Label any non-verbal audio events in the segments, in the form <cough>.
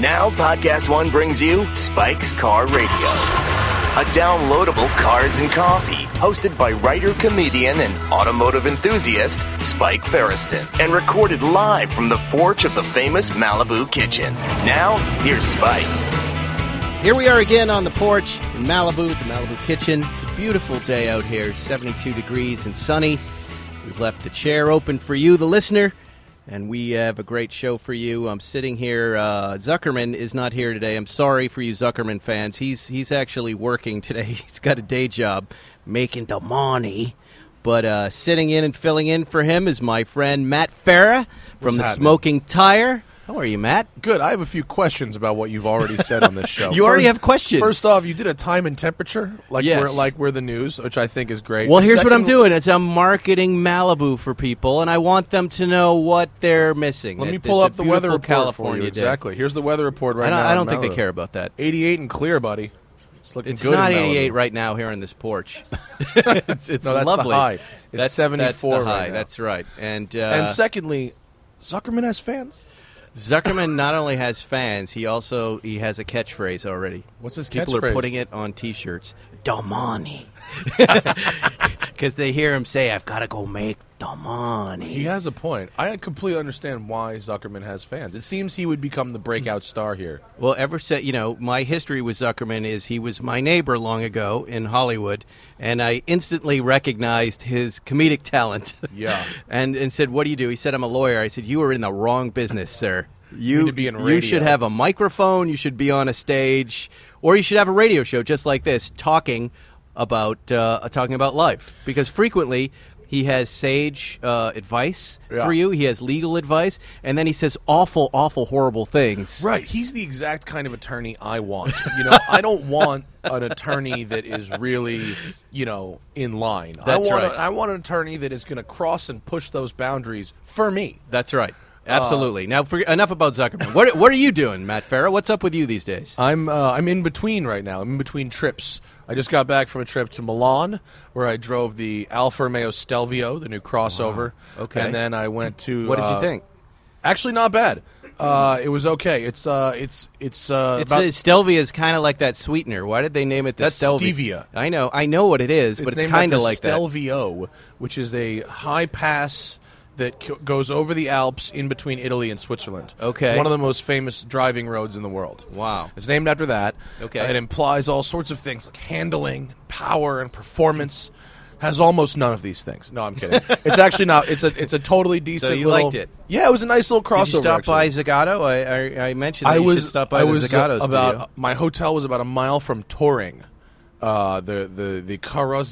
Now, Podcast One brings you Spike's Car Radio, a downloadable cars and coffee hosted by writer, comedian, and automotive enthusiast Spike Ferriston and recorded live from the porch of the famous Malibu kitchen. Now, here's Spike. Here we are again on the porch in Malibu, at the Malibu kitchen. It's a beautiful day out here, 72 degrees and sunny. We've left a chair open for you, the listener, and we have a great show for you. I'm sitting here. Uh, Zuckerman is not here today. I'm sorry for you, Zuckerman fans. He's he's actually working today. <laughs> He's got a day job, making the money. But uh, sitting in and filling in for him is my friend Matt Farah from What's the happening? Smoking Tire. How are you, Matt? Good. I have a few questions about what you've already said on <laughs> this show. You already have questions. First off, you did a time and temperature, like Yes. we're like we're the news, which I think is great. Well, here's what I'm Second- doing: is I'm marketing Malibu for people, and I want them to know what they're missing. Let me It- pull it's a up the weather beautiful report California for you. day. Exactly. Here's the weather report right I don't, now. I in don't think they Malibu. care about that. 88 and clear, buddy. It's looking It's good. in not Malibu. <laughs> 88 right now here on this porch. it's it's No, that's the lovely. high. It's that's, 74 That's the right high. now. That's right. And, uh, And secondly, Zuckerman has fans. Zuckerman not only has fans, he also he has a catchphrase already. What's his People are catchphrase? putting it on T-shirts. <laughs> Domani, <laughs> because they hear him say, "I've got to go make domani." He has a point. I completely understand why Zuckerman has fans. It seems he would become the breakout star here. Well, ever since you know, my history with Zuckerman is he was my neighbor long ago in Hollywood, and I instantly recognized his comedic talent. Yeah. <laughs> and and said, "What do you do?" He said, "I'm a lawyer." I said, "You are in the wrong business, sir. You need to be in you should radio." have a microphone. You should be on a stage, or you should have a radio show just like this, talking about uh, talking about life, because frequently." He has sage uh, advice Yeah. for you. He has legal advice, and then he says awful, awful, horrible things. Right. He's the exact kind of attorney I want. You know, I don't want an attorney that is really, you know, in line. I That's want a- right. I want an attorney that is going to cross and push those boundaries for me. That's right. Absolutely. now, for, enough about Zuckerman. What, what are you doing, Matt Farah? What's up with you these days? I'm uh, I'm in between right now. I'm in between trips. I just got back from a trip to Milan where I drove the Alfa Romeo Stelvio, the new crossover. Okay. And then I went to What did uh, you think? Actually not bad. Uh, it was okay. It's uh it's it's uh It's, about- uh, Stelvia is kind of like that sweetener. Why did they name it the That's Stelvia? stevia. I know. I know what it is, but it's named after kind of like that. Stelvio, which is a high pass that c- goes over the Alps in between Italy and Switzerland. Okay. one of the most famous driving roads in the world. Wow. it's named after that. Okay. it implies all sorts of things like handling, power, and performance. Has almost none of these things. No, <laughs> I'm kidding. it's actually not. It's a it's a totally decent. you little- liked it? Yeah, it was a nice little crossover. Did you stop actually. by Zagato? I, I, I mentioned that I you was should stop by I the was Zagato uh, about studio. my hotel was about a mile from Touring, uh, the the the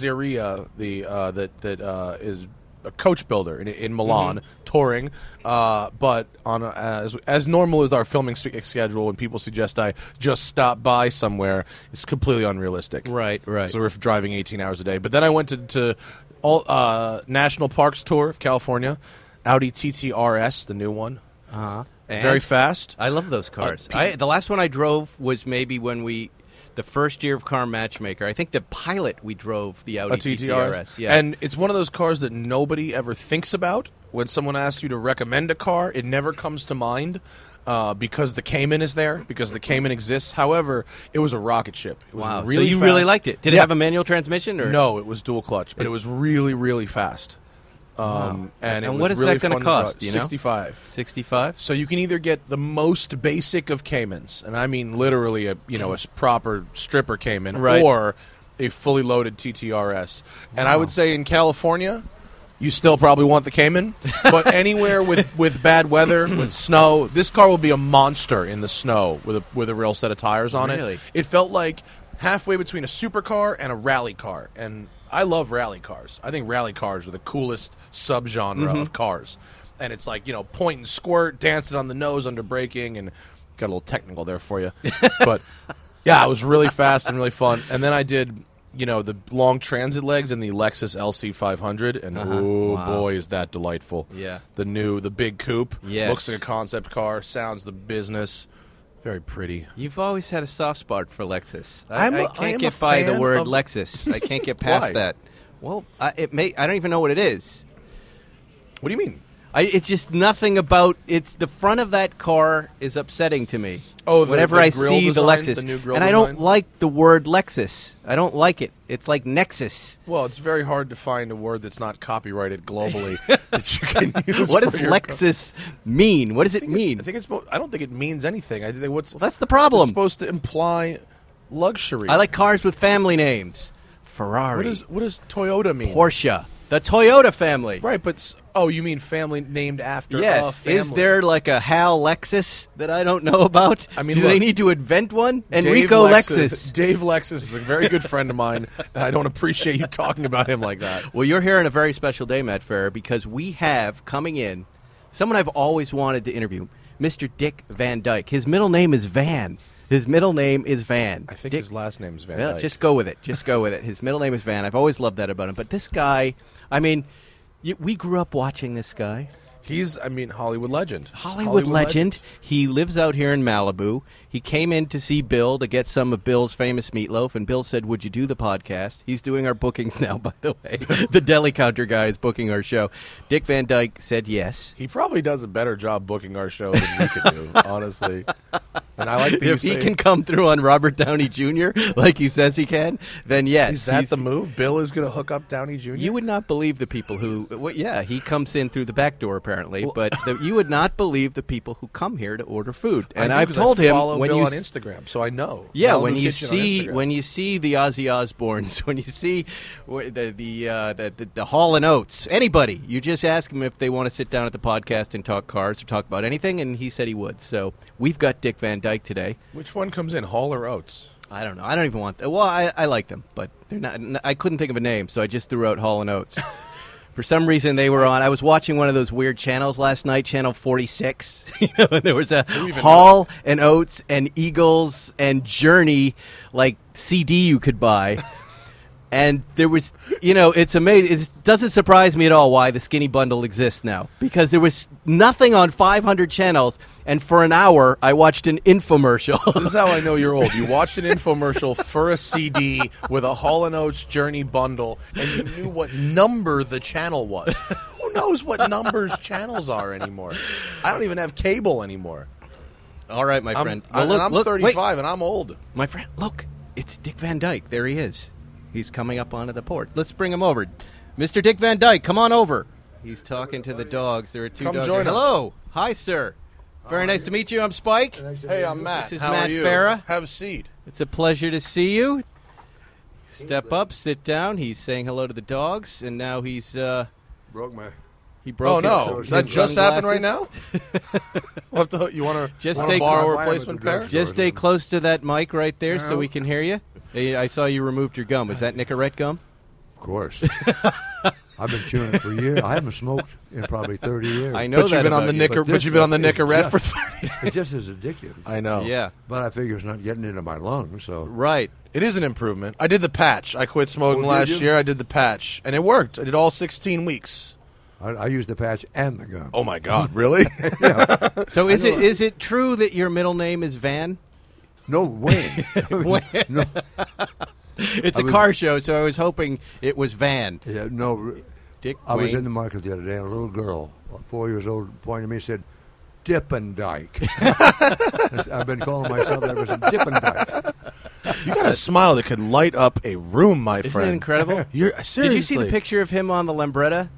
carrozzeria the uh, that that uh, is a coach builder in, in Milan Mm-hmm. Touring, uh, but on a, as as normal as our filming spe- schedule, when people suggest I just stop by somewhere, it's completely unrealistic. Right, right. So we're driving 18 hours a day. But then I went to, to all uh, National Parks Tour of California, Audi TTRS, the new one, Uh-huh. very Uh, And? fast. I love those cars. pe- I, the last one I drove was maybe when we, the first year of Car Matchmaker. I think the pilot we drove the Audi a TTRS. Yeah. And it's one of those cars that nobody ever thinks about. When someone asks you to recommend a car, it never comes to mind uh, because the Cayman is there, because the Cayman exists. However, it was a rocket ship. It was wow. really so you fast. really liked it? Did it Yeah. have a manual transmission or No, it was dual clutch, but it was really, really fast. Um, And, it And was what is that really gonna fun to cost, drive. do you know? Sixty-five. Sixty-five. So you can either get the most basic of Caymans, and I mean literally a you know a s- proper stripper Cayman, Right. or a fully loaded TTRS. And I would say in California, you still probably want the Cayman, <laughs> but anywhere with, with bad weather, with snow, this car will be a monster in the snow with a with a real set of tires on Really? it. It felt like halfway between a supercar and a rally car, and I love rally cars. I think rally cars are the coolest subgenre Mm-hmm. of cars, and it's like you know point and squirt, dancing on the nose under braking, and got a little technical there for <laughs> you, but yeah, it was really fast and really fun. And then I did you know the long transit legs in the Lexus LC 500, and oh Uh-huh. Wow. boy, is that delightful! Yeah. the new the big coupe Yes. looks like a concept car, sounds the business, very pretty. You've always had a soft spot for Lexus. I, I'm a- I I can't am get a by the fan word of- Lexus. I <laughs> can't get past Why? that. Well, I, it may. I don't even know what it is. What do you mean? I, it's just nothing about it's the front of that car is upsetting to me. Oh, the- whenever the I grill see the design, Lexus, the new grill and I don't design? like the word Lexus. I don't like it. It's like Nexus. <laughs> Well, it's very hard to find a word that's not copyrighted <laughs> globally that you can use. What for does your- Lexus mean? What does it mean? I think it's. mo- I don't think it means anything. I think what's That's the problem. it's supposed to imply luxury. I like cars with family names: What Ferrari, does what does Toyota mean? Porsche, the Toyota family. Right, but s- oh, you mean family named after? a Yes. family. Is there like a Hal Lexus that I don't know <laughs> about? I mean, do they look, need to invent one? Dave Enrico Lexus- Lexus. <laughs> Dave Lexus is a very good friend of mine, and I don't appreciate you talking about him like that. Well, you're here on a very special day, Matt Ferrer, because we have coming in someone I've always wanted to interview, Mr. Dick Van Dyke. His middle name is Van. His middle name is Van. I think Dick- his last name's Van. Well, Dyke. just go with it. Just go with it. His middle name is Van. I've always loved that about him. But this guy, I mean, you, we grew up watching this guy. he's. I mean, Hollywood legend. Hollywood, legend. He lives out here in Malibu. He came in to see Bill to get some of Bill's famous meatloaf, and Bill said, "Would you do the podcast?" He's doing our bookings <laughs> now, by the <laughs> way. the deli counter guy is booking our show. Dick Van Dyke said yes. He probably does a better job booking our show than we could <laughs> do, honestly. And I like that you If he say- can come through on Robert Downey Jr. <laughs> like he says he can, then yes, Is that he's- the move? Bill is going to hook up Downey Jr. You would not believe the people who. Well, yeah, he comes in through the back door apparently, but the, you would not believe the people who come here to order food. <laughs> I And do, I've 'cause I told him follow when Bill you on s- Instagram, so I know. Yeah, Malibu when you Kitchen on see Instagram. when you see the Ozzy Osbournes, <laughs> when you see wh- the the uh, the, the, the Hall and Oates, anybody, you just ask them if they want to sit down at the podcast and talk cars or talk about anything, and he said he would. So we've got Dick Van Dyke today. which one comes in, Hall or Oates? I don't know. I don't even want. Well, I, I like them, but they're not. n- I couldn't think of a name, so I just threw out Hall and Oates. For some reason, they were on. I was watching one of those weird channels last night, Channel Forty Six. <laughs> you know, and there was a even Hall and Oates and Eagles and Journey like CD you could buy. And there was, you know, it's amazing. It doesn't surprise me at all why the skinny bundle exists now because there was nothing on 500 channels, and for an hour I watched an infomercial. <laughs> This is how I know you're <laughs> old. You watched an infomercial for a CD with a Hall and Oates Journey bundle, and you knew what number the channel was. Who knows what numbers channels are anymore? I don't even have cable anymore. All right, my I'm, friend. I- Um, Well, and look, I'm look, wait. 35 and I'm old. My friend, look, it's Dick Van Dyke. There he is. He's coming up onto the porch. Let's bring him over, Mr. Dick Van Dyke. Come on over. He's talking to the dogs. There are two Come dogs. join here. us. Hello, hi, sir. Very nice to meet you. I'm Spike. Hey, I'm Matt. This is How Matt are you? Farah. Have a seat. It's a pleasure to see you. Step up, sit down. He's saying hello to the dogs, and now he's uh, Broke my. he broke. oh no, his, that his just happened right now. sunglasses. <laughs> We'll have to- you want to Just just stay calm. borrow a Why am I replacement the drug pair? store? Just stay close to that mic right there, so No. we can hear you. Hey, I saw you removed your gum. Is that Nicorette gum? Of course. <laughs> I've been chewing it for years. I haven't smoked in probably 30 years. I know But that you've been on about the you, Nicker, but but this you've been on the one is Nicorette for just- thirty. <laughs> <laughs> It just is addictive. I know. Yeah, But I figure it's not getting into my lungs, so. right. It is an improvement. I did the patch. I quit smoking Oh, did last you? year. I did the patch, and it worked. I did all 16 weeks. I, I use the patch and the gum. Oh my God! <laughs> Really? Uh, So is it is it true that your middle name is Van? <laughs> No way. <laughs> no, It's a I was- car show, so I was hoping it was Van. yeah, no. Dick I was Wayne. in the market the other day, and a little girl, about four years old, pointed at me and said, <laughs> Dippendike. <laughs> I've been calling myself ever since Dippendike. you got a smile that could light up a room, my Isn't friend. it incredible? <laughs> You're Did seriously. you see the picture of him on the Lambretta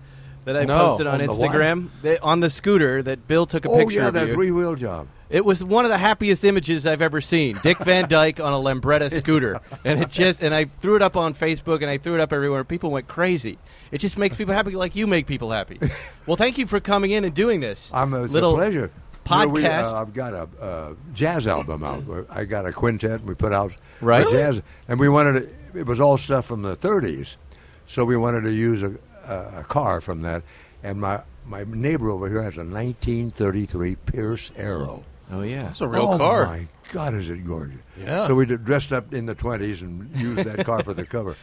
that I No, posted on, on the what? Instagram They- on the scooter that Bill took a Oh, picture yeah, of that you? three wheel job. It was one of the happiest images I've ever seen. Dick Van Dyke on a <laughs> Lambretta scooter, and it just and I threw it up on Facebook and I threw it up everywhere. People went crazy. It just makes people happy, like you make people <laughs> happy. Well, thank you for coming in and doing this. I'm it's little a pleasure. podcast. You know, we, uh, I've got a uh, jazz album out. where I got a quintet. and We put out Right. a jazz, and we wanted to, it was all stuff from the '30s, so we wanted to use a, a, a car from that. And my my neighbor over here has a 1933 Pierce Arrow. Oh yeah. That's a real oh car. my God, is it gorgeous! Yeah. So we did, dressed up in the 20s and used that car for the cover.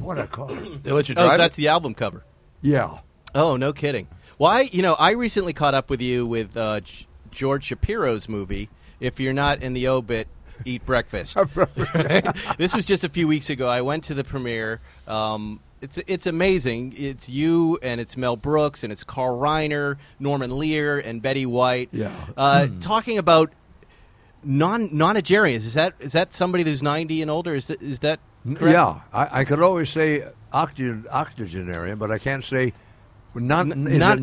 What <coughs> a car! They let you Oh, drive. that's it? the album cover. Yeah. Oh, no kidding. Well, I, you know, I recently caught up with you with uh, G- George Shapiro's movie. If you're not in the obit, <laughs> eat breakfast. this was just a few weeks ago. I went to the premiere. Um, It's it's amazing. It's you and it's Mel Brooks and it's Carl Reiner, Norman Lear, and Betty White. Yeah. Uh, Talking about non nonagenarians. Is that is that somebody who's ninety and older? Is that, is that correct? Yeah, I, I could always say octu- octogenarian, but I can't say non, N- is not- it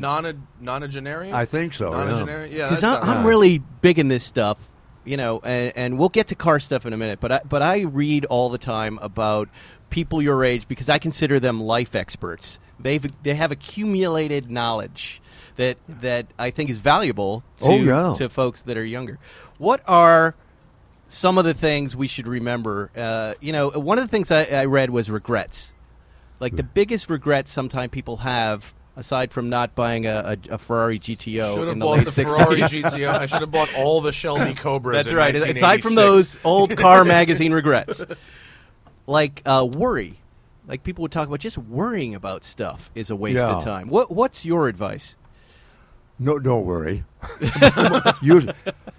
nonagenarian. Non nonagenarian? I think so, yeah. Nonagenarian? Yeah. because that sounds I'm, I'm right. really big in this stuff, you know, and, and we'll get to car stuff in a minute. But I, but I read all the time about people your age because I consider them life experts. They've they have accumulated knowledge that that I think is valuable to Oh, yeah. to folks that are younger. What are some of the things we should remember? Uh, you know, one of the things I, I read was regrets. Like the biggest regrets sometimes people have, aside from not buying a, a, a Ferrari GTO Should in have the bought late the 60s. Ferrari GTO. I should have bought all the <laughs> Shelby Cobras. That's in right. Aside from 1986. those old <laughs> car magazine regrets, like uh, worry, like people would talk about, just worrying about stuff is a waste of Yeah. time. What What's your advice? No, <laughs> don't worry. you,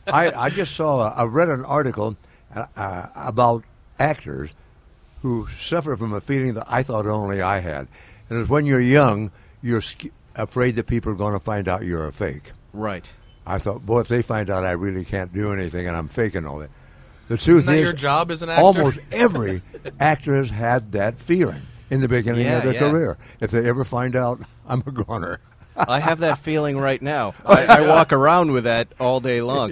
I, I just saw, I read an article uh, uh, about actors who suffer from a feeling that I thought only I had. And it's when you're young, you're sc- afraid that people are going to find out you're a fake. Right. I thought, boy, if they find out I really can't do anything and I'm faking all that. The truth Isn't that is, your job as an actor? almost every actor has had that feeling in the beginning Yeah, of their yeah. career. If they ever find out <laughs> I'm <laughs> a goner, I have that feeling right now. I, I walk around with that all day long,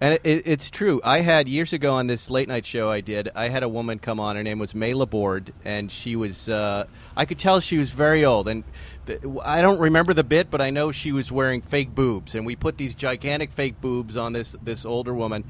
and it, it, it's true. I had years ago on this late night show I did. I had a woman come on. Her name was May Laborde, and she was. Uh, I could tell she was very old, and th- I don't remember the bit, but I know she was wearing fake boobs, and we put these gigantic fake boobs on this this older woman.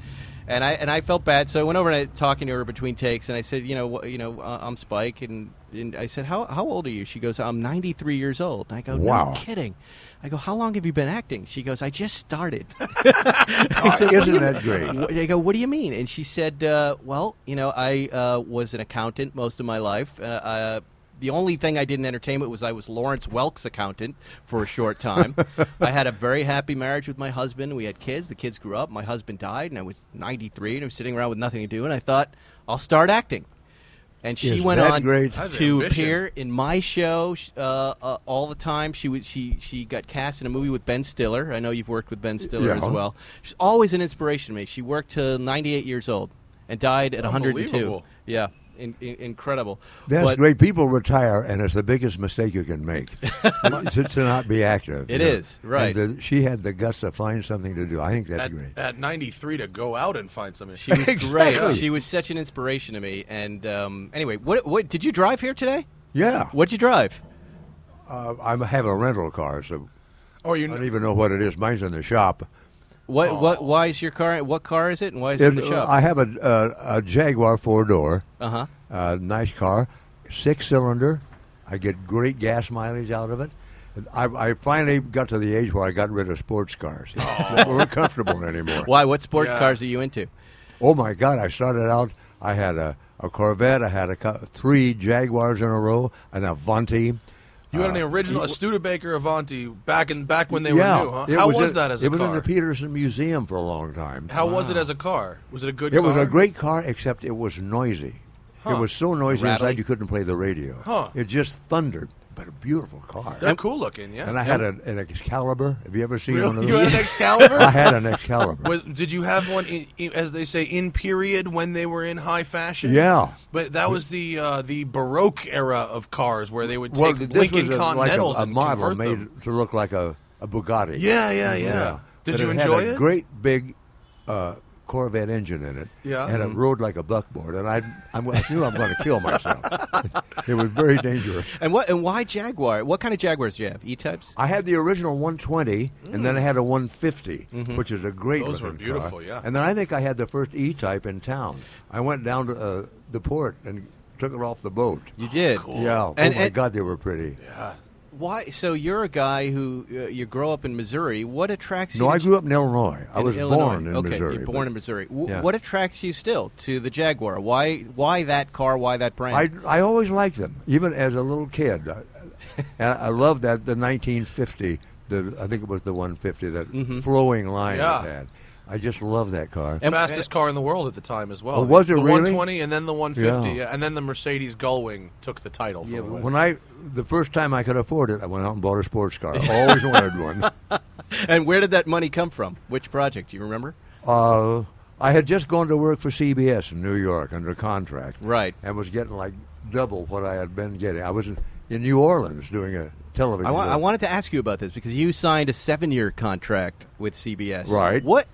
And I and I felt bad, so I went over and I talking to her between takes, and I said, you know, wh- you know, uh, I'm Spike, and, and I said, how how old are you? She goes, I'm 93 years old. And I go, Wow. no kidding kidding. I go, how long have you been acting? She goes, I just started. <laughs> Oh, isn't that great? Wh- I go, what do you mean? And she said, uh, well, you know, I uh, was an accountant most of my life. Uh, uh, the only thing I did in entertainment was I was Lawrence Welk's accountant for a short <laughs> time. I had a very happy marriage with my husband. We had kids. The kids grew up. My husband died, and I was 93, and I was sitting around with nothing to do. And I thought, I'll start acting. And she Is went that on great? That's to ambition. appear in my show sh- uh, uh, all the time. She was she she got cast in a movie with Ben Stiller. I know you've worked with Ben Stiller Yeah. as well. She's always an inspiration to me. She worked till 98 years old and died at 102. Unbelievable. Yeah. In, in, incredible. That's But great. People retire, and it's the biggest mistake you <laughs> can make to, to not be active. It It is is, right. she had the guts to find something to do. I think that's At, great. at 93 to go out and find something. She <laughs> was Exactly. great. She was such an inspiration to me. And um, anyway, what what did you drive here today? yeah, What'd you drive? uh, I have a rental car, so Or I you don't even know what it is. Mine's in the shop. What what? Why is your car? What car is it? And why is it, in the It- uh, shop? I have a, a, a Jaguar four door. uh huh. Uh, nice car, six cylinder. I get great gas mileage out of it. And I, I finally got to the age where I got rid of <laughs> sports cars. They weren't comfortable anymore. Why? What sports Yeah. cars are you into? Oh my God! I started out. I had a, a Corvette. I had a co- three Jaguars in a row, an Avanti. You Uh, had an original a Studebaker Avanti back in back when they yeah, were new, huh? it How was, in- that as a it car? was in the Peterson Museum for a long time. Uh-huh. How was it as a car? Was it a good car? it was a great car, except it was noisy. Huh. It was so noisy Rattly? inside you couldn't play the radio. Huh. It just thundered, but a beautiful car. They're cool looking, yeah. and I had an, an Excalibur. Have you ever seen one of Really? those? You had an Excalibur? I had an Excalibur. Was, did you have one, in, in- as they say, in period when they were in high fashion? Yeah. but that was the uh, the Baroque era of cars where they would take th- this Lincoln was a, like a, Continentals a and model convert made them. to look like a, a Bugatti. Yeah, yeah, yeah. Did But you it enjoy had a it? Great big uh, Corvette engine in it. Yeah. Mm-hmm. and it rode like a buckboard, and I, I'm, I knew I'm going to kill myself. <laughs> it was very dangerous. And what? And why Jaguar? What kind of Jaguars do you have? E types. I had the original 120, and then I had a 150, which is a great. Those were looking beautiful, car. yeah. And then I think I had the first E-type in town. I went down to uh, the port and took it off the boat. You did. Yeah. And- oh my and- God, they were pretty. Why? So you're a guy who uh, you grow up in Missouri. What attracts you? No, I grew up in Illinois. I was born in okay, Missouri. You're but- born in Missouri. W- Yeah. What attracts you still to the Jaguar? Why? Why that car? Why that brand? I, I always liked them, even as a little kid. I, and I loved that the 1950. The I think it was the 150 that flowing line Yeah. it had. I just love that car. And- fastest car in the world at the time as well. Oh, was it the really? 120 and then the 150 Yeah. and then the Mercedes Gullwing took the title. Yeah, from but it. When I the first time I could afford it, I went out and bought a <laughs> sports car. I always wanted one. And where did that money come from? Which project? Do you remember? Uh, I had just gone to work for CBS in New York under contract, Right. and was getting like double what I had been getting. I was in, in New Orleans doing a television. I, wa- show. I wanted to ask you about this because you signed a seven-year contract with CBS. Right. What?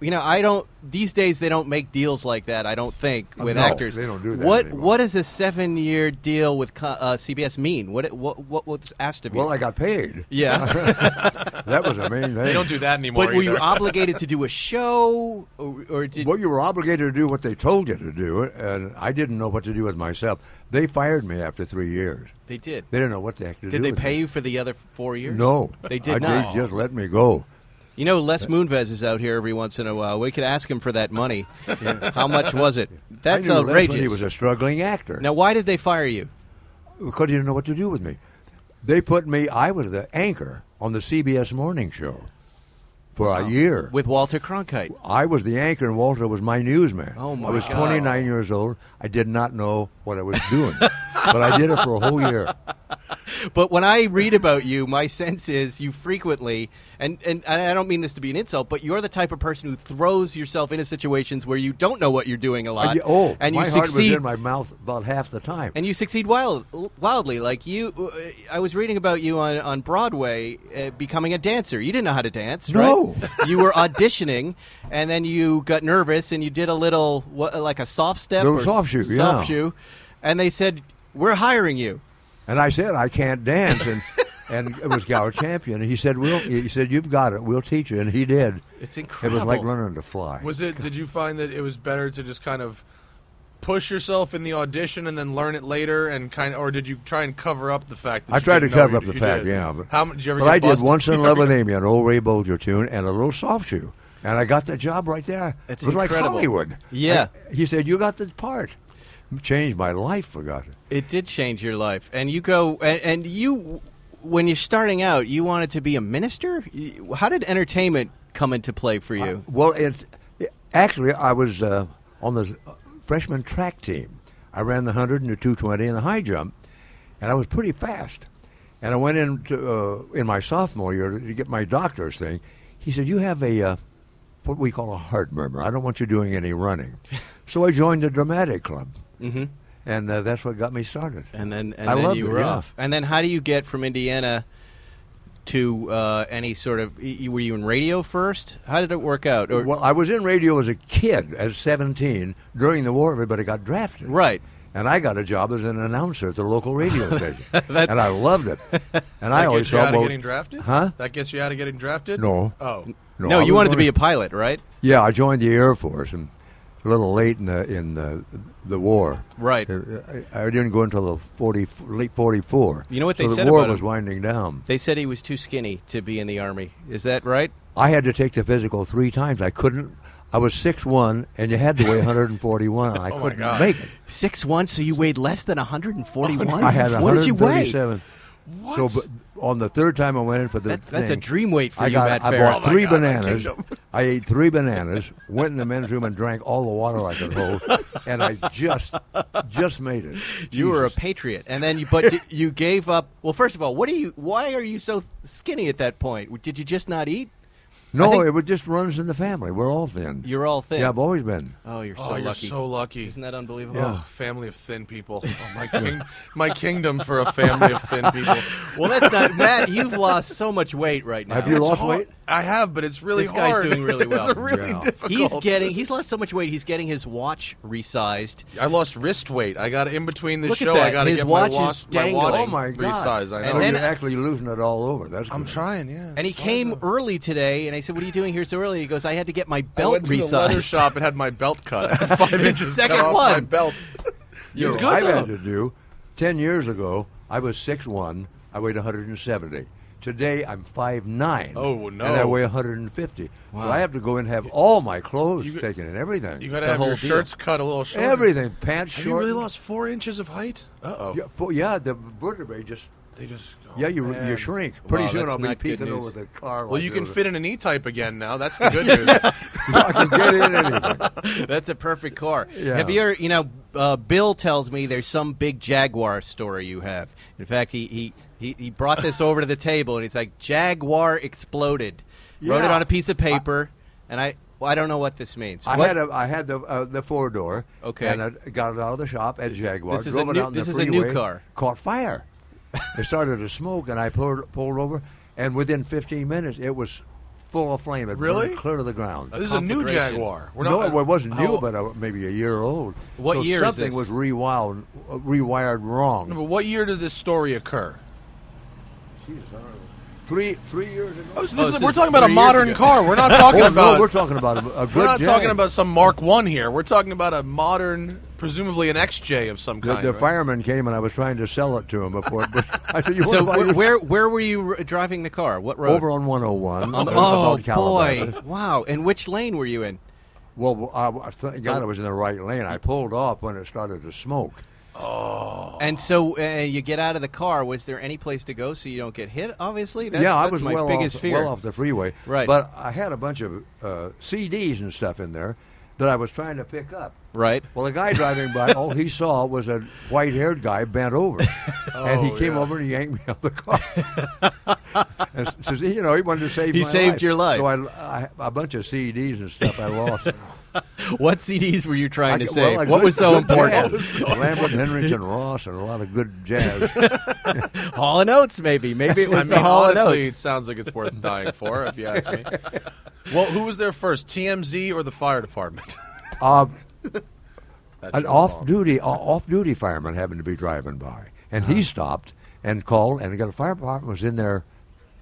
You know, I don't. These days, they don't make deals like that. I don't think Uh, with no, actors. they don't do that What anymore. What does a seven-year deal with co- uh, CBS mean? What What What was asked of you? Well, I got paid. yeah. <laughs> That was <laughs> the main thing. They don't do that anymore. but were you either. <laughs> obligated to do a show, or, or did? Well, you were obligated to do what they told you to do, and I didn't know what to do with myself. They fired me after three years. They did. They didn't know what the heck to do. Did they with pay me. you for the other four years? No, They did I- not. They just let me go. You know, Les Moonves is out here every once in a while. We could ask him for that <laughs> money. How much was it? That's I knew Les when outrageous. He was a struggling actor. Now, why did they fire you? because he didn't know what to do with me. They put me. I was the anchor on the CBS morning show for a year. With Walter Cronkite. I was the anchor, and Walter was my newsman. Oh, my I was God. 29 years old. I did not know what I was <laughs> doing, but I did it for a whole year. Uh, But when I read about you, my <laughs> sense is you frequently, and, and I don't mean this to be an insult, but you're the type of person who throws yourself into situations where you don't know what you're doing a lot. I- oh, and my you heart was succeed. in my mouth about half the time. and you succeed wild, wildly. Like you, uh, I was reading about you on on Broadway uh, becoming a dancer. You didn't know how to dance, No. right? <laughs> you were auditioning, and then you got nervous, and you did a little, what, like a soft step, Little or soft shoe, yeah. soft shoe, and they said we're hiring you. And I said, I can't dance. <laughs> And, and it was our champion. And he said, we'll, he said, you've got it. We'll teach you. And he did. It's It was like incredible. running to fly. Was it? Did you find that it was better to just kind of push yourself in the audition and then learn it later, and kind of, or did you try and cover up the fact? that I you tried to didn't know cover you- up the you fact, did? yeah. But, How m- did you ever? but get I did busted? <laughs> once in Lavademia, an old Ray Bolger tune, and a little soft shoe. And I got the job right there. It's it was incredible. like Hollywood. Yeah. I- he said, You got the part. Changed my life, forgot it. It did change your life, and you go and, and you when you're starting out, you wanted to be a minister. You- How did entertainment come into play for you? Well, it's it, actually I was uh, on the freshman track team. I ran the hundred and the two twenty and the high jump, and I was pretty fast. And I went in to, uh, in my sophomore year to get my doctor's thing. He said, "You have a uh, what we call a heart murmur. I don't want you doing <laughs> any running." so I joined the dramatic club, mm-hmm. and uh, that's what got me started. and then and I then loved you it, were yeah. off. And then how do you get from Indiana to uh, any sort of? y- y- Were you in radio first? How did it work out? Or well, I was in radio as a kid, at 17. During the war, everybody got drafted. Right. And I got a job as an announcer at the local radio <laughs> station. and I loved it. And I That always gets you thought, out well, of getting drafted? Huh? That gets you out of getting drafted? No. Oh. no, I you was wanted to only- be a pilot, right? Yeah, I joined the Air Force and a little late in the, in the, the war. Right. I, I didn't go until the 40, late 44. You know what they so said the war about him? was winding down. They said he was too skinny to be in the army. Is that right? I had to take the physical three times. I couldn't. I was 6'1", and you had to weigh <laughs> 141, and I Oh my couldn't God. make it. Six one, so you weighed less than 141. <laughs> I had what did you weigh? 137. What? So but on the third time I went in for the That- that's a thing, dream weight for I you, got, Matt I Farrell. bought Oh my three God, I bananas. can't do- I ate three bananas. went in the men's room and drank all the water I could hold, and I just just made it. You were a Jesus. patriot, and <laughs> then you but di- you gave up. Well, first of all, what do you? Why are you so skinny at that point? Did you just not eat? no. think- it was just runs in the family. We're all thin. You're all thin. Yeah, I've always been. Oh, you're so Oh, you're lucky. so lucky. Isn't that unbelievable? Oh, family of thin people. <laughs> Oh, my, king- my kingdom for a family of thin people. Well, that's not Matt. You've lost so much weight right now. Have you It's <laughs> lost hard. weight? I have, but it's really This guy's hard. doing really well. <laughs> it's really Yeah. difficult. He's getting. He's lost so much weight. He's getting his watch resized. I lost wrist weight. I got in between the Look at show. that. I got to His get watch my is watch, my dangling. watch Oh my God! resize. I So know. then- you're actually losing it all over. That's I'm good. trying, yeah. And he It's hard came to- early today, and I said, "What are you doing here so early?" He goes, "I had to get my I belt went to the leather resized." <laughs> shop and had my belt cut. <laughs> I had five inches Second cut off my one. belt. You It's know, good, I've though. had to do. Ten years ago, I was six one. I weighed 170. Today, I'm five nine. Oh, no. And I weigh 150. So I have to go in and have all my clothes You- taken and everything. You got to The have your whole deal. shirts cut a little shorter. everything, pants, Have you shorts. really lost four inches of height? Uh oh. Yeah, fo- yeah, the vertebrae just. They just. oh, Yeah, you man. you shrink. Pretty Wow, soon that's I'll be not good peeking news. over the car. Well, like you can over <laughs> the- fit in an E-type again now. That's the good news. <laughs> I can <laughs> get in anything. That's a perfect car. Yeah. Have you ever, you know, uh, Bill tells me there's some big Jaguar story you have. In fact, he, he, he, he brought this over to the table and he's like, Jaguar exploded. Wrote it Yeah. on a piece of paper, and I, well, I don't know what this means. I What- had a, I had the uh, the four door. Okay. And I got it out of the shop at Jaguar. this is drove a it new- out on the this is a new freeway, car. Caught fire. it started to smoke, and I pulled pulled over, and within 15 minutes it was full of flame. It burned Really? clear to the ground. Uh, This is a new conflagration. Jaguar. We're no, not- it wasn't how- new, but uh, maybe a year old. What so year is Something this? was rewired, uh, rewired No, wrong. but what year did this story occur? Three three years ago. Oh, so Oh, this this is, we're is talking about a three years modern ago. car. <laughs> We're not talking Oh, about no, we're talking about a, a good. we're not Jag. talking about some Mark One here. We're talking about a modern, presumably an XJ of some The, kind. the right? fireman came and I was trying to sell it to him before. <laughs> It was, I said, "You So want to buy where, this?" where where were you r- driving the car? What road? over on <laughs> 101? On the- oh uh, about boy! Calabasas. Wow! And which lane were you in? Well, I, I- thank God I was in the right lane. I pulled off when it started to smoke. And so uh, you get out of the car. Was there any place to go so you don't get hit? Obviously, that's, yeah, I that's was my well biggest off, fear. well off the freeway. Right. But I had a bunch of uh, CDs and stuff in there that I was trying to pick up. Right. Well, the guy driving by, all he saw was a white-haired guy <laughs> bent over, and Oh, he came over and he yanked me out of the car. <laughs> and s- says, you know, he wanted to save. He my saved life. your life. So I, I, a bunch of CDs and stuff I lost. What CDs were you trying I- to well, save? a what good- was so good important? jazz. <laughs> Lambert, Henrich, and Ross, and a lot of good jazz. <laughs> <laughs> Hall and Oates, <laughs> maybe. Maybe it was <laughs> I the mean, Hall and honestly, it Oates. sounds like it's worth dying for, if you ask me. <laughs> Well, who was there first, TMZ or the fire department? Uh, That's an your fault. off-duty, o- off-duty fireman happened to be driving by, and Uh-huh. he stopped and called, and got a fire department was in there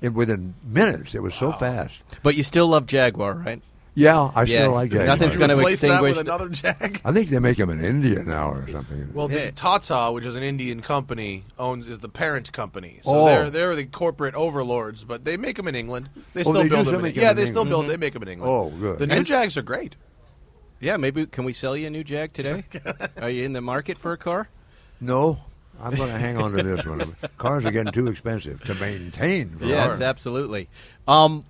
in, within minutes. It was so fast. But you still love Jaguar, right? Yeah, I Yeah, still like that. nothing's You gonna replace that extinguish with the- another Jag. I think they make him in India now or something. Well, Yeah. the Tata, which is an Indian company, owns is the parent company. So Oh. they're they're the corporate overlords, but they make them in England. They still they do build still them. In, make 'em yeah, in they still England. build. They make them in England. Oh, good. The new Jags are great. Yeah, maybe. Can we sell you a new Jag <laughs> today? Are you in the market for a car? no, I'm going to hang on to this <laughs> one. Cars are getting too expensive to maintain. For Yes, our- absolutely. Um,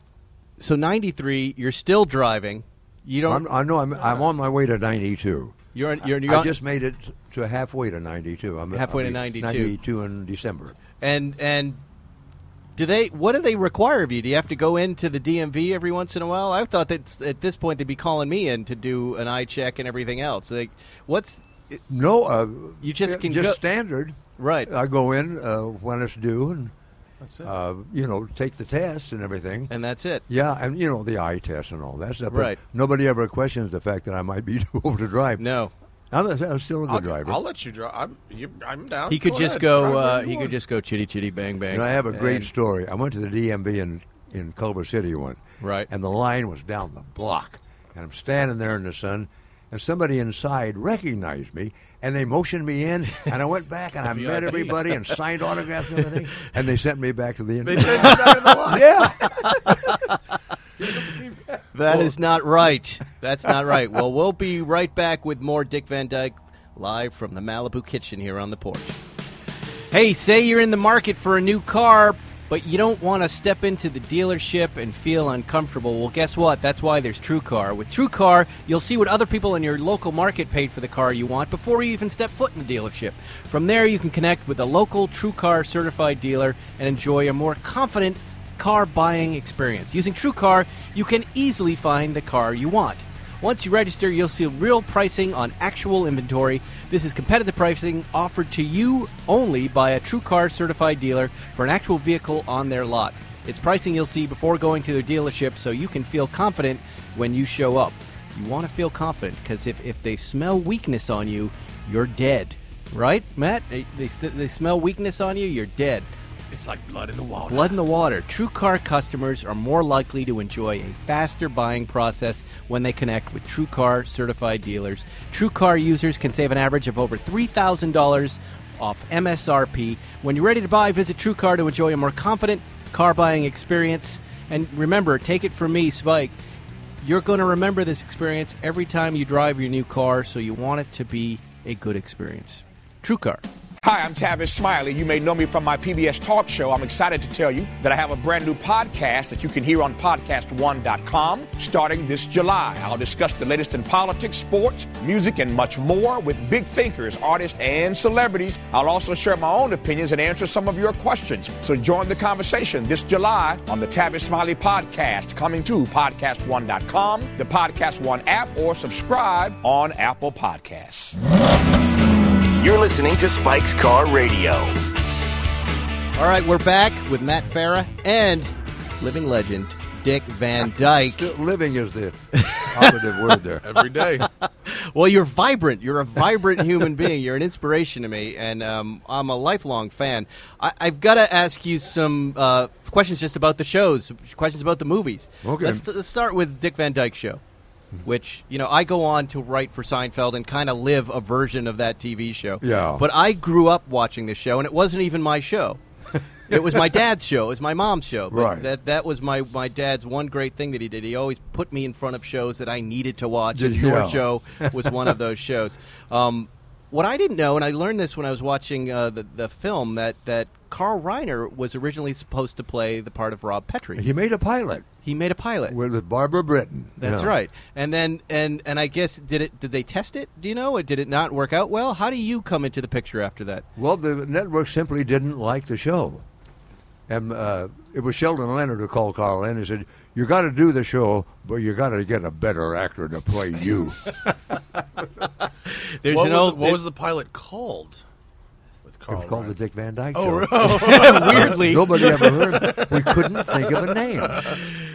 so 93, you're still driving. You don't. I'm, I know. I'm, I'm on my way to 92. you're you're, you're I on- just made it to halfway to 92. I'm Halfway to I'll be 92. 92 in December. and and do they? What do they require of you? Do you have to go into the DMV every once in a while? I thought that at this point they'd be calling me in to do an eye check and everything else. Like, what's No, uh, You just uh, can just go- standard. Right. I go in uh, when it's due, and That's it. uh, you know, take the tests and everything. and that's it. yeah, and you know the eye test and all that stuff. but Right. Nobody ever questions the fact that I might be <laughs> too old to drive. No, I'm, I'm still a good I'll, driver. I'll let you drive. I'm, you, I'm down. he could Go just ahead. Drive go. wherever Uh, you he could want. just go chitty chitty bang bang. And I have a great And- story. I went to the DMV in, in Culver City one. Right. And the line was down the block. And I'm standing there in the sun, and somebody inside recognized me, and they motioned me in, and I went back and I met everybody and signed autographs and everything, and they sent me back to the <laughs> They said you're not in the line. yeah. That is not right. That's not right. Well, we'll be right back with more Dick Van Dyke live from the Malibu kitchen here on the porch. Hey, say you're in the market for a new car, but you don't want to step into the dealership and feel uncomfortable. Well, guess what? That's why there's True Car. With True Car, you'll see what other people in your local market paid for the car you want before you even step foot in the dealership. From there, you can connect with a local True Car certified dealer and enjoy a more confident car buying experience. Using True Car, you can easily find the car you want. Once you register, you'll see real pricing on actual inventory. This is competitive pricing offered to you only by a true car certified dealer for an actual vehicle on their lot. It's pricing you'll see before going to their dealership so you can feel confident when you show up. You want to feel confident because if, if they smell weakness on you, you're dead. Right, Matt? They, they, they smell weakness on you, you're dead. It's like blood in the water. Blood in the water. True car customers are more likely to enjoy a faster buying process when they connect with True Car certified dealers. True Car users can save an average of over $3,000 off MSRP. When you're ready to buy, visit True Car to enjoy a more confident car buying experience. And remember, take it from me, Spike. You're going to remember this experience every time you drive your new car, so you want it to be a good experience. True Car. Hi, I'm Tavish Smiley. You may know me from my PBS talk show. I'm excited to tell you that I have a brand new podcast that you can hear on podcast1.com starting this July. I'll discuss the latest in politics, sports, music, and much more with big thinkers, artists, and celebrities. I'll also share my own opinions and answer some of your questions. So join the conversation this July on the Tavish Smiley podcast, coming to podcast1.com, the Podcast One app, or subscribe on Apple Podcasts. You're listening to Spike's Car Radio. All right, we're back with Matt Farah and living legend Dick Van Dyke. Still living is the operative word there. <laughs> every day. Well, you're vibrant. You're a vibrant human being. You're an inspiration to me, and um, I'm a lifelong fan. I- I've got to ask you some uh, questions just about the shows, questions about the movies. Okay. Let's, let's start with Dick Van Dyke Show, which, you know, I go on to write for Seinfeld and kind of live a version of that TV show. Yeah. But I grew up watching this show, and it wasn't even my <laughs> show. it was my dad's show. It was my mom's show. But Right. That that was my, my dad's one great thing that he did. He always put me in front of shows that I needed to watch. Did and he? your Yeah. show <laughs> was one of those shows. Um, what I didn't know, and I learned this when I was watching uh, the the film, that that Carl Reiner was originally supposed to play the part of Rob Petrie. He made a pilot He made a pilot. with with Barbara Britton. That's Yeah. right. And then and and I guess did it? Did they test it? Do you know? Or did it not work out well? How do you come into the picture after that? Well, the network simply didn't like the show. And uh, it was Sheldon Leonard who called Carl in and said, You got to do the show, but you got to get a better actor to play <laughs> you. There's what an was old the, what was the pilot called? With It Carl. was called Reiner. the Dick Van Dyke Show. Oh, <laughs> <laughs> weirdly Nobody ever heard. <laughs> We couldn't think of a name.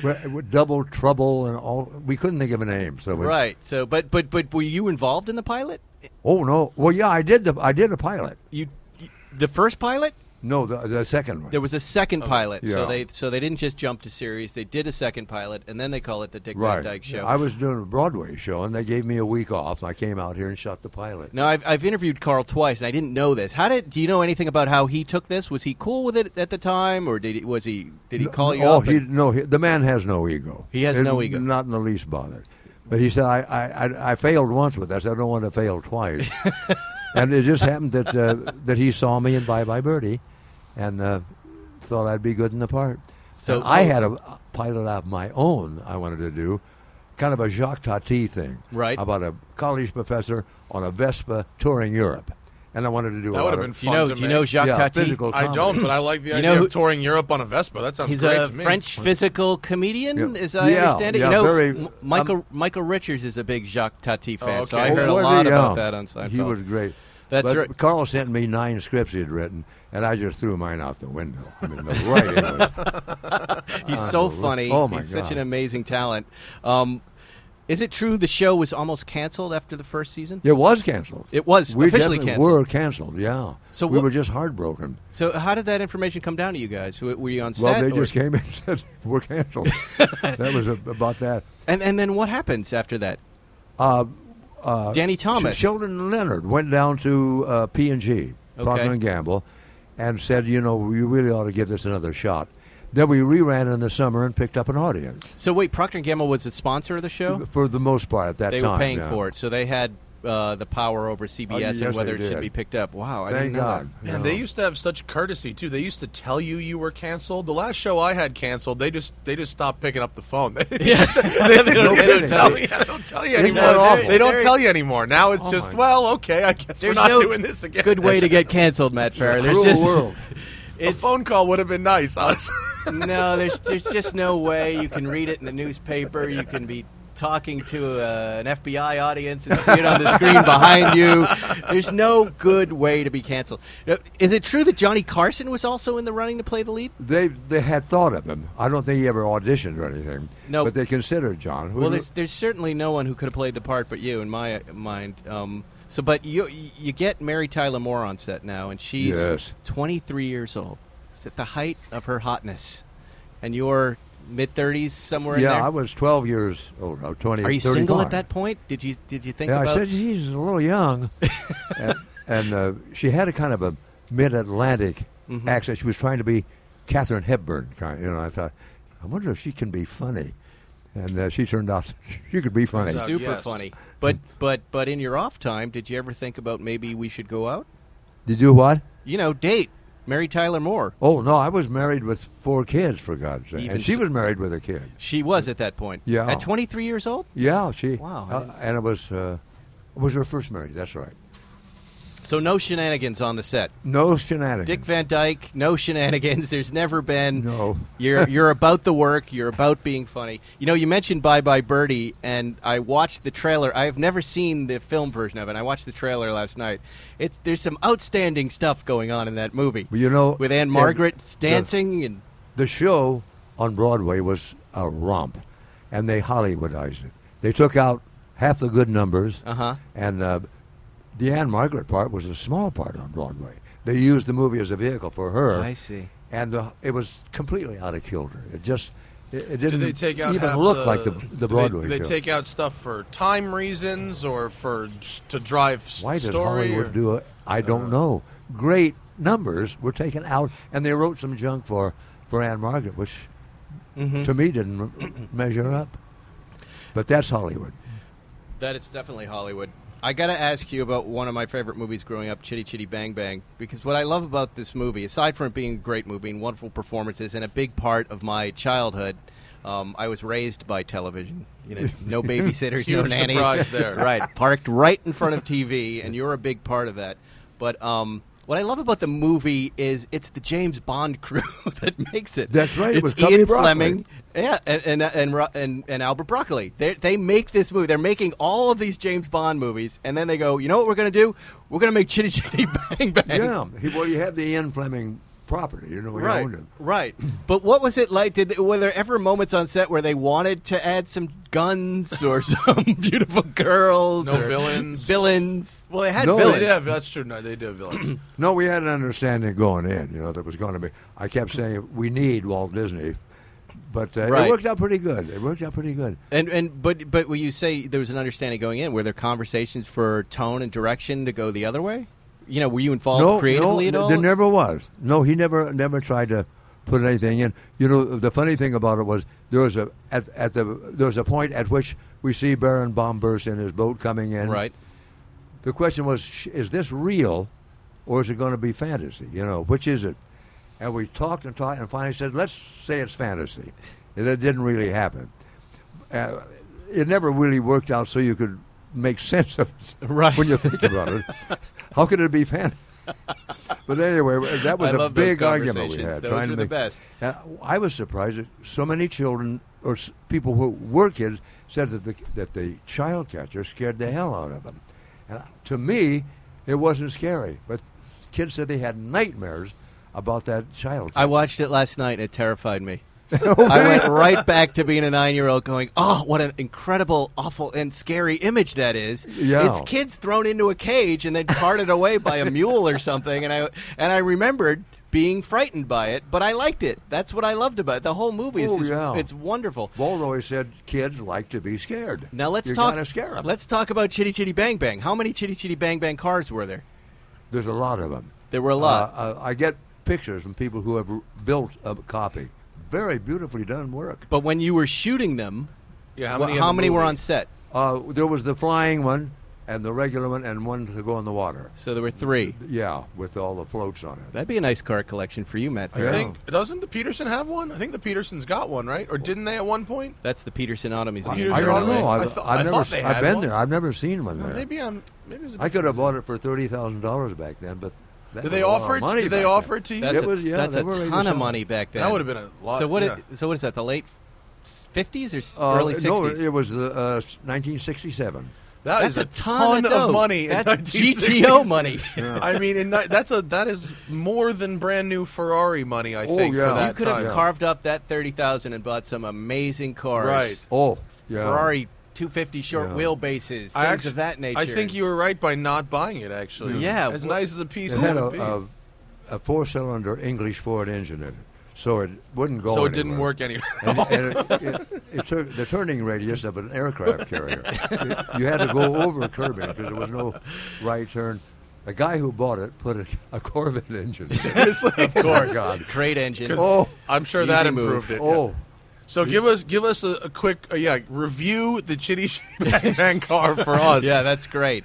We- we- Double Trouble and all. We couldn't think of a name. So we, right. So, but but but were you involved in the pilot? Oh no. Well, yeah, I did the I did a pilot. You, you the first pilot? No, the, the second one. There was a second pilot, so Yeah. they so they didn't just jump to series. They did a second pilot, and then they call it the Dick Van right. Dyke Show. I was doing a Broadway show, and they gave me a week off. And I came out here and shot the pilot. now I've, I've interviewed Carl twice, and I didn't know this. How did do you know anything about how he took this? Was he cool with it at the time, or did he was he did he call you? Oh, up he and- no. He, the man has no ego. He has It- no ego. Not in the least bothered. But he said, I, I, I, I failed once with this. I don't want to <laughs> fail twice. and it just happened that uh, that he saw me in Bye Bye Birdie, and uh, thought I'd be good in the part. So- oh And I had a pilot of my own I wanted to do, kind of a Jacques Tati thing, Right. About a college professor on a Vespa touring Europe, and I wanted to That do. a would lot have of- been do you fun. know? to Do you me. know Jacques eh? Yeah, Tati? physical I don't, but I like the You idea know who- of touring Europe on a Vespa. That sounds He's great a to me. French physical comedian, Yeah. as I Yeah, understand it. yeah, you know, very- Oh, M- Michael Michael Richards is a big Jacques Tati fan, so okay. I heard a Was he? lot about Yeah. that on Seinfeld. um, He was great. That's but right. Carl sent me nine scripts he'd written, and I just threw mine out the window. I mean, the writing <laughs> was. He's so funny. Oh, my He's such God. an amazing talent. Um, is it true the show was almost canceled after the first season? It was canceled. It was we officially definitely canceled. were canceled. Yeah. So we what- were just heartbroken. So how did that information come down to you guys? Were were you on set? Well, they or- just came and <laughs> said we're <laughs> canceled. that was a, about that. And and then what happens after that? Uh, uh, Danny Thomas. Sh- Sheldon Leonard went down to uh, P and G, Procter Okay. and Gamble, and said, you know, you really ought to give this another shot. Then we reran in the summer and picked up an audience so wait, Procter and Gamble was the sponsor of the show. for the most part at that Oh. They time. were paying yeah. Oh, for it, so they had uh, the power over CBS yes, and whether they it should did. be picked up. Wow, I Thank didn't know God. that. Man, Yeah. they used to have such courtesy too. They used to tell you you were canceled. The last show I had canceled, they just they just stopped picking up the phone. <laughs> They, <laughs> <laughs> Yeah, they don't, they don't kidding. tell tell me. me, I don't tell you Isn't anymore. that awful? Oh They, they don't There- tell you anymore. Now it's just my well, okay, I guess we're There's not no doing this again. Good way to get canceled, Matt Farah. There's Cruel just world. <laughs> <laughs> A it's phone call would have been nice. Honestly. <laughs> no, there's there's just no way you can read it in the newspaper. You can be talking to uh, an FBI audience and see it on the screen behind you. There's no good way to be canceled. Now, Is it true that Johnny Carson was also in the running to play the lead? They they had thought of him. I don't think he ever auditioned or anything. No. but they considered John. Who- Well, there's there's certainly no one who could have played the part but you in my mind. Um, so, but you you get Mary Tyler Moore on set now, and she's Yes. 23 years old. It's at the height of her hotness, and you're mid 30s somewhere in yeah, there. I was 12 years old. I was 20. Are you single 35. at that point? Did you did you think Yeah, about? I said she's a <laughs> little young, and, and uh, she had a kind of a mid-Atlantic Mm-hmm. accent. She was trying to be Catherine Hepburn kind. You know, I thought, I wonder if she can be funny, and uh, she turned out <laughs> she could be funny. Exactly. super Yes. funny. But but but in your off time, did you ever think about maybe we should go out? Did you what? You know, date. Mary Tyler Moore. Oh no, I was married with four kids for God's sake, Even and she so- was married with a kid. She was at that point. Yeah. At 23 years old? Yeah, she. Wow, I uh, didn't- and it was uh, it was her first marriage. That's right. So no shenanigans on the set. No shenanigans. Dick Van Dyke, no shenanigans. There's never been. No. You're you're about the work. You're about being funny. You know, you mentioned Bye Bye Birdie, and I watched the trailer. I have never seen the film version of it. I watched the trailer last night. It's there's some outstanding stuff going on in that movie. Well, you know, with Anne and Margaret the- dancing and the show on Broadway was a romp, and they Hollywoodized it. They took out half the good numbers, Uh-huh. and uh, the Anne Margaret part was a small part on Broadway. They used the movie as a vehicle for her. I see. And uh, it was completely out of kilter. It just it, it didn't Do they take out even half look the, like the do the they- Broadway do they, show. take out stuff for time reasons or for s- to drive s- Why does story? Hollywood or- do it? I don't know. Great numbers were taken out, and they wrote some junk for for Anne Margaret, which to me didn't <clears throat> m- measure up. But that's Hollywood. That is definitely Hollywood. I got to ask you about one of my favorite movies growing up, Chitty Chitty Bang Bang, because what I love about this movie, aside from it being a great movie and wonderful performances and a big part of my childhood, um, I was raised by television. You <laughs> know, no babysitters, no Huge nannies. surprise <laughs> there. right, parked right in front of TV, and you're a big part of that. But um, what I love about the movie is it's the James Bond crew <laughs> that makes it. That's right, it It's was Cubby Ian Broccoli. Fleming, yeah, and and and Ro- and, and Albert Broccoli. They they make this movie. They're making all of these James Bond movies, and then they go, you know what we're going to do? We're going to make Chitty Chitty <laughs> Bang Bang. Yeah. He, well, you had the Ian Fleming property. You know, he Right, owned it. right. But what was it like? Did were there ever moments on set where they wanted to add some guns or <laughs> some beautiful girls? No or villains. Villains. Well, they had No, They villains. did have- that's true. No, they did have <clears throat> villains. No, we had an understanding going in. You know, that was going to be. I kept saying we need Walt Disney, but uh, Right. it worked out pretty good. It worked out pretty good. And and but but when you say there was an understanding going in, were there conversations for tone and direction to go the other way? You know, were you involved creatively no, at all? There never was. No, he never never tried to put anything in. You know, the funny thing about it was there was a at, at the there was a point at which we see Baron Bomburst in his boat coming in. right. The question was, sh- is this real, or is it going to be fantasy? You know, which is it? And we talked and talked and finally said, let's say it's fantasy. And it didn't really happen. Uh, it never really worked out, so you could make sense of it <laughs> Right. when you think about it. How could it be fantasy? <laughs> But anyway, that was I a love those big argument we conversations. had. Those trying were to the make- best. And I was surprised that so many children or s- people who were kids said that the that the child catcher scared the hell out of them. And to me, it wasn't scary, but kids said they had nightmares about that child. I watched it last night and it terrified <laughs> me. I went right back to being a nine-year-old, going, "Oh, what an incredible, awful, and scary image that is! Yeah. It's kids thrown into a cage and then carted away by a mule or something." And I and I remembered being frightened by it, but I liked it. That's what I loved about it. The whole movie is Oh, just- yeah. it's wonderful. Walt always said kids like to be scared. Now let's You're talk. Gotta scare 'em. Let's talk about Chitty Chitty Bang Bang. How many Chitty Chitty Bang Bang cars were there? There's a lot of them. There were a lot. Uh, I I get pictures from people who have r- built a copy. Very beautifully done work. But when you were shooting them, Yeah, how wha- many in how the many were movie? on set? Uh, there was the flying one and the regular one and one to go in the water. So there were three. Yeah, with all the floats on it. That'd be a nice car collection for you, Matt. I Yeah. think doesn't the Peterson have one? I think the Peterson's got one, right? Or didn't they at one point? That's the Peterson Auto Museum. Peterson I You're don't right. know. I I've, thought- I've I never. thought they se- had I've been one. there. I've never seen one there. Maybe I'm. Maybe it was a I could have bought it for thirty thousand dollars back then, but that Did was they a lot of offer it? money Did they back offer then. it to you? That's It a, was- yeah, that's they a were eighty ton of something. money back then. That would've been a lot, So what? yeah. It, so what is that? The late fifties or s- Uh, early No, sixties? it was the uh, nineteen sixty-seven. That that's is a ton, ton of dough. of money. in That's 1960s. GTO <laughs> money. I mean, in, ni- that's a that is more than brand new Ferrari money. I Oh, think yeah. for that you could time. have carved up that thirty thousand and bought some amazing cars. Right. Oh, yeah. Ferrari two fifty short Yeah. wheelbases, things I actu- of that nature. I <laughs> think you were right by not buying it. Actually, Yeah. as Wh- nice as a piece It would had a, be. a, a four-cylinder English Ford engine in it, so it wouldn't go. so it didn't anywhere. work anyway. And, and it, it, it took the turning radius of an aircraft carrier. You- you had to go over curbing because there was no right turn. The guy who bought it put a, a Corvette engine. in it. Seriously, Oh, my God. <laughs> great engine. 'Cause Oh. <laughs> I'm sure Easy that move. improved it. Oh, So give us give us a, a <laughs> quick uh, <laughs> yeah review the Chitty Chitty Bang Bang car for us. yeah, that's great.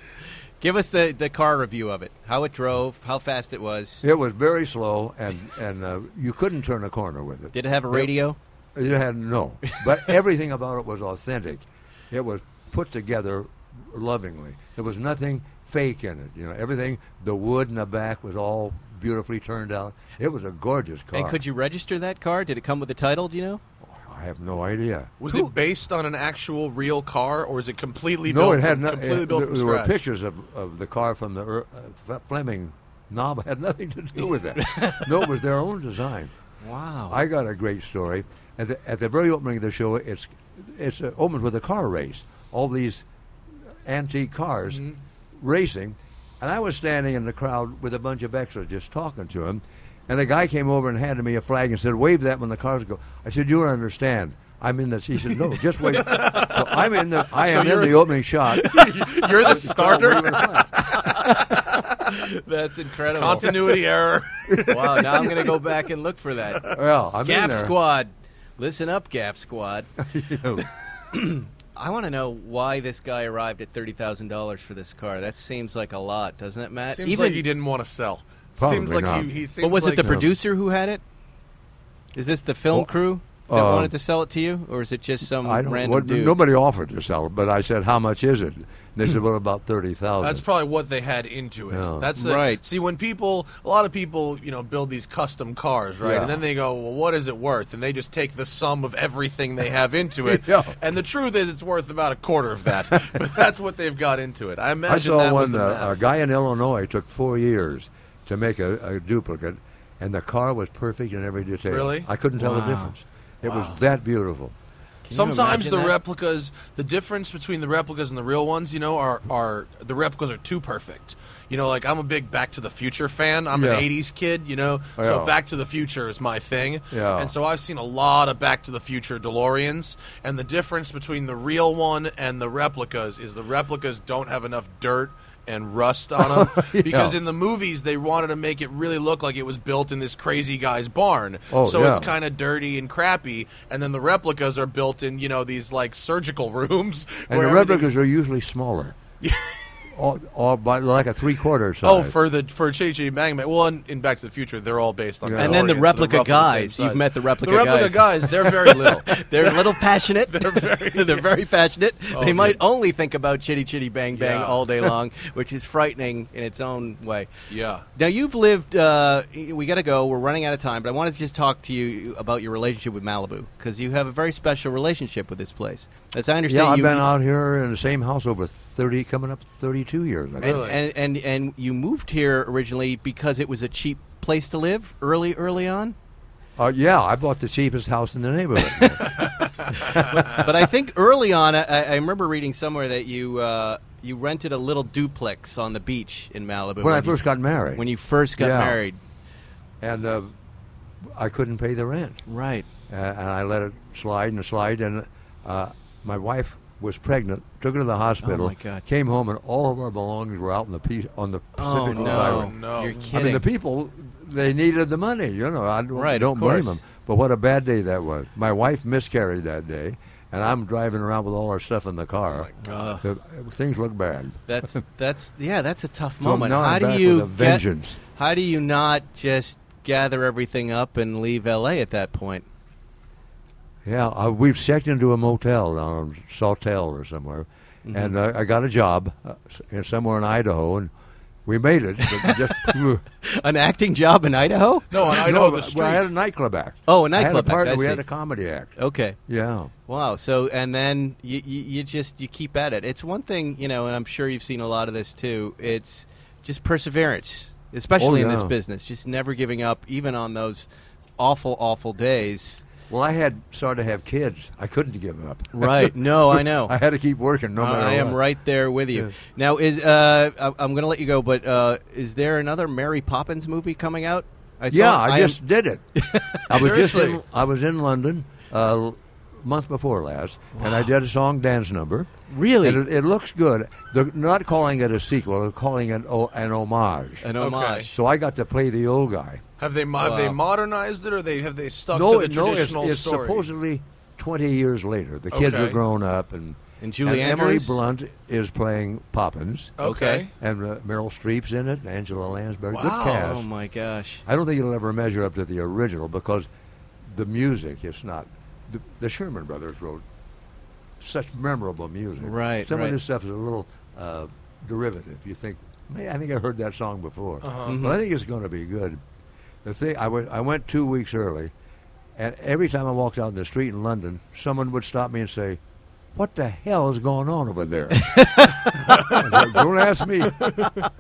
Give us the, the car review of it. How it drove, how fast it was. Oh, It was very slow, and and uh, you couldn't turn a corner with it. Did it have a radio? It had no, but everything about it was authentic. It was put together lovingly. There was nothing fake in it. You know, everything. The wood in the back was all beautifully turned out. It was a gorgeous car. And could you register that car? Did it come with a title? Do you know? I have no idea. Was it based on an actual real car, or is it completely No, built? it had from, nothing. completely There, built from there were scratch? pictures of, of the car from the Ur- uh, F- Fleming knob. Had nothing to <laughs> do with that. no, it was their own design. Wow. I got a great story. At the, at the very opening of the show, it's it's uh, opens with a car race. All these antique cars Mm-hmm. racing, and I was standing in the crowd with a bunch of extras just talking to him. And a guy came over and handed me a flag and said, "Wave that when the cars go." I said, "You don't understand. I'm in this." He said, "No, <laughs> just wait." so I'm in the. I am in you're- the opening shot. <laughs> You're the Wave starter. the flag. <laughs> That's incredible. Continuity <laughs> error. wow, now I'm going to go back and look for that. Well, I'm in Gap there. Squad. Listen up, Gap <laughs> Squad. <clears throat> I want to know why this guy arrived at $30,000 for this car. That seems like a lot, doesn't it, Matt? seems like he didn't want to sell. Probably seems like not. He, he seems Uh, But was like it the producer who had it? Is this the film Well, crew that uh, wanted to sell it to you, or is it just some I don't, random what, dude? Hmm. nobody offered to sell it, but I said, "How much is it?" And they said, "Well, about thirty thousand. That's probably what they had into it. Yeah. That's the, Right. See, when people, a lot of people, you know, build these custom cars, right? Yeah. And then they go, "Well, what is it worth?" And they just take the sum of everything they have into it. <laughs> Yeah. And the truth is, it's worth about a quarter of that. <laughs> but that's what they've got into it. I I imagine saw that was one. the Uh, a math. guy in Illinois took four years to make a, a duplicate, and the car was perfect in every detail. Really? I couldn't tell Wow. the difference. It was that beautiful. Can you Sometimes imagine the that? replicas, the difference between the replicas and the real ones, you know, are are the replicas are too perfect. You know, like I'm a big Back to the Future fan. I'm Yeah. Oh, an '80s kid, you know, Yeah. so Back to the Future is my thing. Yeah. And so I've seen a lot of Back to the Future DeLoreans, and the difference between the real one and the replicas is the replicas don't have enough dirt and rust <laughs> Oh, on them because in the movies they wanted to make it really look like it was built in this crazy guy's barn. Oh, so it's yeah. kind of dirty and crappy, and then the replicas are built in, you know, these like surgical <laughs> rooms. And where the everything's- replicas are usually <laughs> smaller, or, or by like a three-quarter size. Oh, for the for Chitty Chitty Bang Bang. Well, in, in Back to the Future, they're all based on. Yeah. And then the DeLoreans, so they're replica roughly the same guys. size. You've met the replica the replica guys. guys. <laughs> They're very little. They're a little <laughs> passionate. <laughs> they're very, passionate. they Oh, yeah. might only think about chitty chitty bang bang Yeah. all <laughs> day long, which is frightening in its own way. Yeah. Now you've lived. Uh, y- we got to go. We're running out of time, but I wanted to just talk to you about your relationship with Malibu because you have a very special relationship with this place. As I understand, yeah, I've you, been out here in the same house over thirty, coming up thirty-two years. I and, think. and, and and you moved here originally because it was a cheap place to live early early on. Uh, yeah, I bought the cheapest house in <laughs> the neighborhood. but I think early on, I, I remember reading somewhere that you uh, you rented a little duplex on the beach in Malibu when I you- first got married. When you first got Yeah. married, and uh, I couldn't pay the rent. right? uh, and I let it slide and slide. And uh, my wife was pregnant, took her to the hospital. Oh my God. Came home, and all of our belongings were out in the piece on the Oh Pacific no, Highway. no. you're I mean, kidding. I mean, the people they needed the money. You know, I don't, Right, of don't blame course. them. But what a bad day that was. My wife miscarried that day, and I'm driving around with all our stuff in the car. Oh God. Uh, things look bad. <laughs> that's that's yeah, that's a tough So moment. now I'm how do back you with a get- vengeance. how do you not just gather everything up and leave L.A. at that point? Yeah, uh, we've checked into a motel down on Sawtell or somewhere, Mm-hmm. and uh, I got a job uh, s- in- somewhere in Idaho, and we made it. <laughs> but just- <laughs> An acting job in Idaho? No, and I No, know but- the street. well, I had a nightclub act. Oh, a I had nightclub a act, partner. I we see. Oh. had a comedy act. Okay. Yeah. Wow. So and then you, you you just you keep at it. It's one thing, you know, and I'm sure you've seen a lot of this too. It's just perseverance, especially Oh, in this yeah. business, just never giving up, even on those awful, awful days. Well, I had started to have kids. I couldn't give up. Right. <laughs> No, I know. I had to keep working no I- matter I am what. right there with you. Yeah. Now is uh, I- I'm going to let you go, but uh, is there another Mary Poppins movie coming out? I saw- Yeah, I, am- just did it. I was just in, Seriously? I was in London a uh, month before last, and I did a song dance number. Really? And it, it looks good. They're not calling it a sequel; they're calling it o- an homage. an Okay. homage. so I got to play the old guy. Have they mo- have they Wow. modernized it, or they have they stuck no, to the no, it's, traditional it's story? supposedly twenty years later. The kids Okay. are grown up, and And Julie and Emily Andrews? Blunt is playing Poppins, Okay. and uh, Meryl Streep's in it, and Angela Lansbury. Wow. Good cast. Oh my gosh. I don't think it'll ever measure up to the original because the music is not. The, the Sherman Brothers wrote such memorable music. Right, Some right. of this stuff is a little uh, derivative. You think, "Man, I think I heard that song before. Mm-hmm. But I think it's going to be good. The thing I went- I went two weeks early, and every time I walked out in the street in London, someone would stop me and say. What the hell is going on over there? <laughs> And they'd, don't ask me.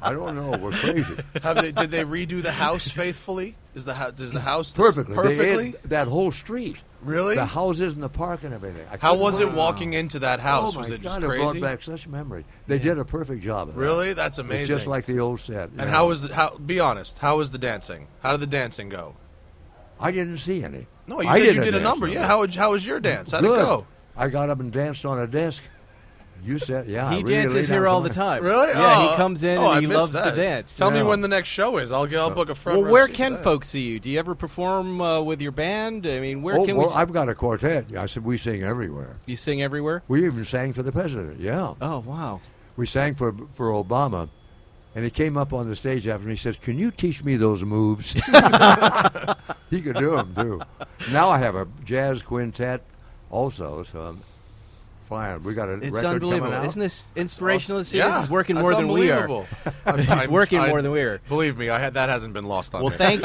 I don't know. We're crazy. Have they, did they redo the house faithfully? Is the hou- does the house Perfectly. They perfectly? ate that whole street. Really? The houses and the park and everything. I How couldn't was it believe walking into that house? Oh my was it God! just It brought crazy? back such memory. They did a perfect job of that. Really? That's It's amazing. just like the old set. you And know. how was the, how? Be honest. How was the dancing? How did the dancing go? I didn't see any. No, you I said did you did a dance number. on Yeah. it. How would, how was your dance? How'd Good. it go? I got up and danced on a desk. You said, "Yeah." He I really laid dances down here all the some- time. Really? Yeah, Oh, he comes in oh, I and he missed loves that. to dance. Tell me Yeah. when the next show is. I'll get. I'll book a front. well, row where seat can to that. folks see you? Do you ever perform uh, with your band? I mean, where Oh, can well, we? I've got a quartet. I said we sing everywhere. you sing everywhere. We even sang for the president. Yeah. Oh wow! we sang for for Obama, and he came up on the stage after me. He says, "Can you teach me those moves?" <laughs> he could do them too. Now I have a jazz quintet, also. So I'm flying. We got a It's record unbelievable, coming out. isn't this inspirational? To see Yeah, this is working that's more than we are. <laughs> <laughs> unbelievable. He's working more than we are. Believe me, I had that hasn't been lost on Well, me. thank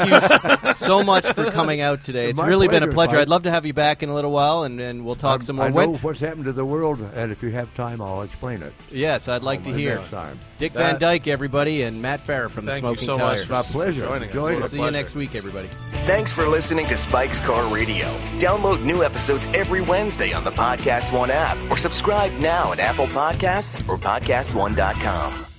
<laughs> you so much for coming out today. It's My really been a pleasure, pleasure. Mike. I'd love to have you back in a little while, and, and we'll talk some more. I know When- what's happened to the world, and if you have time, I'll explain it. yes, I'd like to Oh, my hear. next time. Dick Van That- Dyke, everybody, and Matt Farah from Thank the you Smoking so Tires. much. My pleasure. Joining us. Enjoy What it. a See you pleasure. next week, everybody. Thanks for listening to Spike's Car Radio. Download new episodes every Wednesday on the Podcast One app or subscribe now at Apple Podcasts or PodcastOne.com.